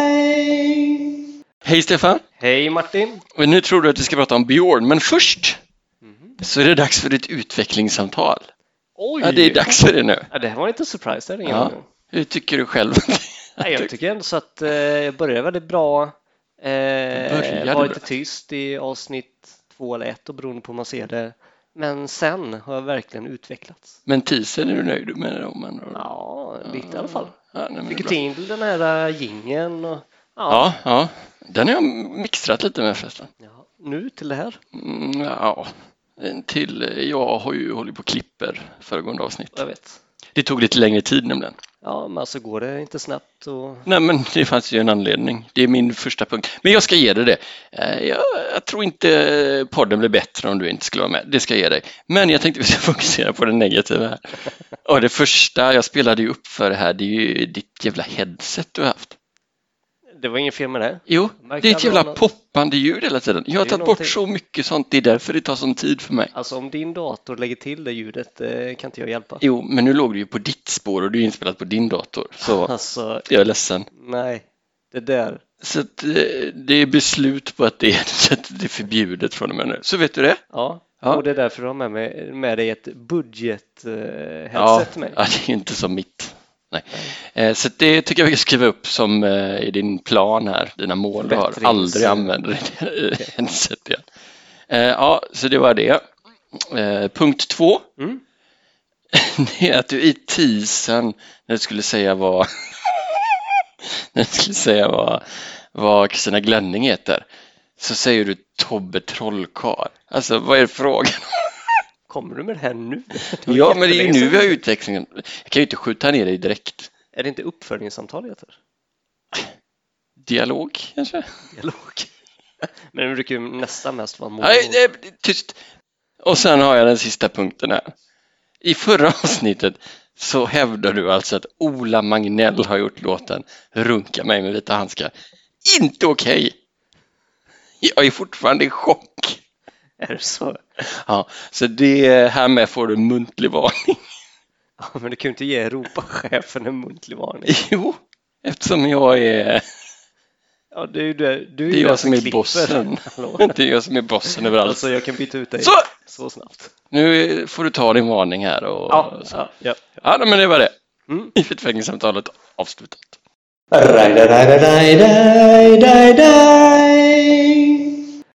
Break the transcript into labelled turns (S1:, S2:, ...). S1: Raj-da-da-da-daj-daj-daj.
S2: Hej Stefan!
S1: Hej Martin!
S2: Och nu tror du att vi ska prata om Björn, men först så är det dags för ditt utvecklingssamtal.
S1: Oj!
S2: Ja, det är dags för det nu.
S1: Ja, det här var inte surprise, det ringer
S2: Ja.
S1: nu.
S2: Hur tycker du själv?
S1: Nej, jag tycker ändå så att eh, jag började väldigt bra. Eh,
S2: började
S1: var lite
S2: bra.
S1: tyst i avsnitt två eller ett och beroende på hur man ser det. Men sen har jag verkligen utvecklats.
S2: Men teasern är du nöjd med om man
S1: Ja, lite i alla fall.
S2: Ja, nej, men det är
S1: Fick
S2: bra.
S1: till den här eh, gingen och ja.
S2: ja, ja. Den har jag mixtrat lite med förresten.
S1: Ja, nu till det här.
S2: Mm, ja, en till. Jag har ju hållit på och klipper föregående avsnitt.
S1: Jag vet.
S2: Det tog lite längre tid nämligen.
S1: Ja, men alltså går det inte snabbt och
S2: Nej, men det fanns ju en anledning. Det är min första punkt. Men jag ska ge dig det. Eh, Jag, jag tror inte podden blir bättre om du inte skulle vara med. Det ska jag ge dig. Men jag tänkte vi ska fokusera på det negativa här. Och det första jag spelade ju upp för det här, det är ju ditt jävla headset du har haft.
S1: det var inget fel med det.
S2: Jo, det är ett jävla poppande ljud hela tiden. Jag har
S1: Det är
S2: tagit
S1: någonting.
S2: bort så mycket sånt. Det är därför det tar sån tid för mig.
S1: Alltså om din dator lägger till det ljudet eh, kan inte jag hjälpa.
S2: Jo, men nu låg det ju på ditt spår och det är inspelat på din dator. Så
S1: Alltså,
S2: jag är ledsen.
S1: nej. Det där.
S2: Så att, eh, det är beslut på att det är, så att det är förbjudet från och med nu. Så vet du det?
S1: Ja.
S2: Ja.
S1: och det är därför du har med, mig, med dig ett budget-headset
S2: Ja,
S1: till mig.
S2: ja, det är ju inte som mitt. Nej. Eh, Så att det tycker jag vi ska skriva upp som eh, i din plan här, dina mål du har.
S1: Förbättrings-
S2: Aldrig använder det headset igen. Eh, Ja, så det var det. Eh, Punkt två,
S1: Mm.
S2: det är att du i teasern, när du skulle säga vad när du skulle säga vad, vad Kristina Glänning heter, så säger du Tobbe Trollkarl. Alltså vad är frågan
S1: Kommer du med det här nu? Det var
S2: Ja, men det är ju
S1: jättelänge
S2: nu vi har
S1: sedan.
S2: utvecklingen. Jag kan ju inte skjuta ner dig direkt.
S1: Är det inte uppföljningssamtal det heter?
S2: Dialog kanske?
S1: Dialog. Men det brukar ju nästan mest vara mål.
S2: Nej, nej, tyst! Och sen har jag den sista punkten här. I förra avsnittet så hävdar du alltså att Ola Magnell har gjort låten Runka mig med vita handskar. Inte okej! Jag är fortfarande i chock.
S1: Är det så?
S2: Ja, så det här med får du en muntlig varning.
S1: Ja, men du kan ju inte ge Europachefen en muntlig varning.
S2: Jo, eftersom jag är,
S1: Ja, det är ju det. Du
S2: det är
S1: ju den
S2: jag som är
S1: klipper.
S2: bossen.
S1: Hallå?
S2: Det är jag som är bossen överallt.
S1: Alltså, jag kan byta ut dig
S2: Så!
S1: så snabbt.
S2: Nu får du ta din varning här. Och,
S1: Ja,
S2: så.
S1: ja, ja.
S2: ja nej, men det var det.
S1: Mm.
S2: Utvecklingssamtalet avslutat.
S1: Raj-da-da-da-daj-daj-daj-daj.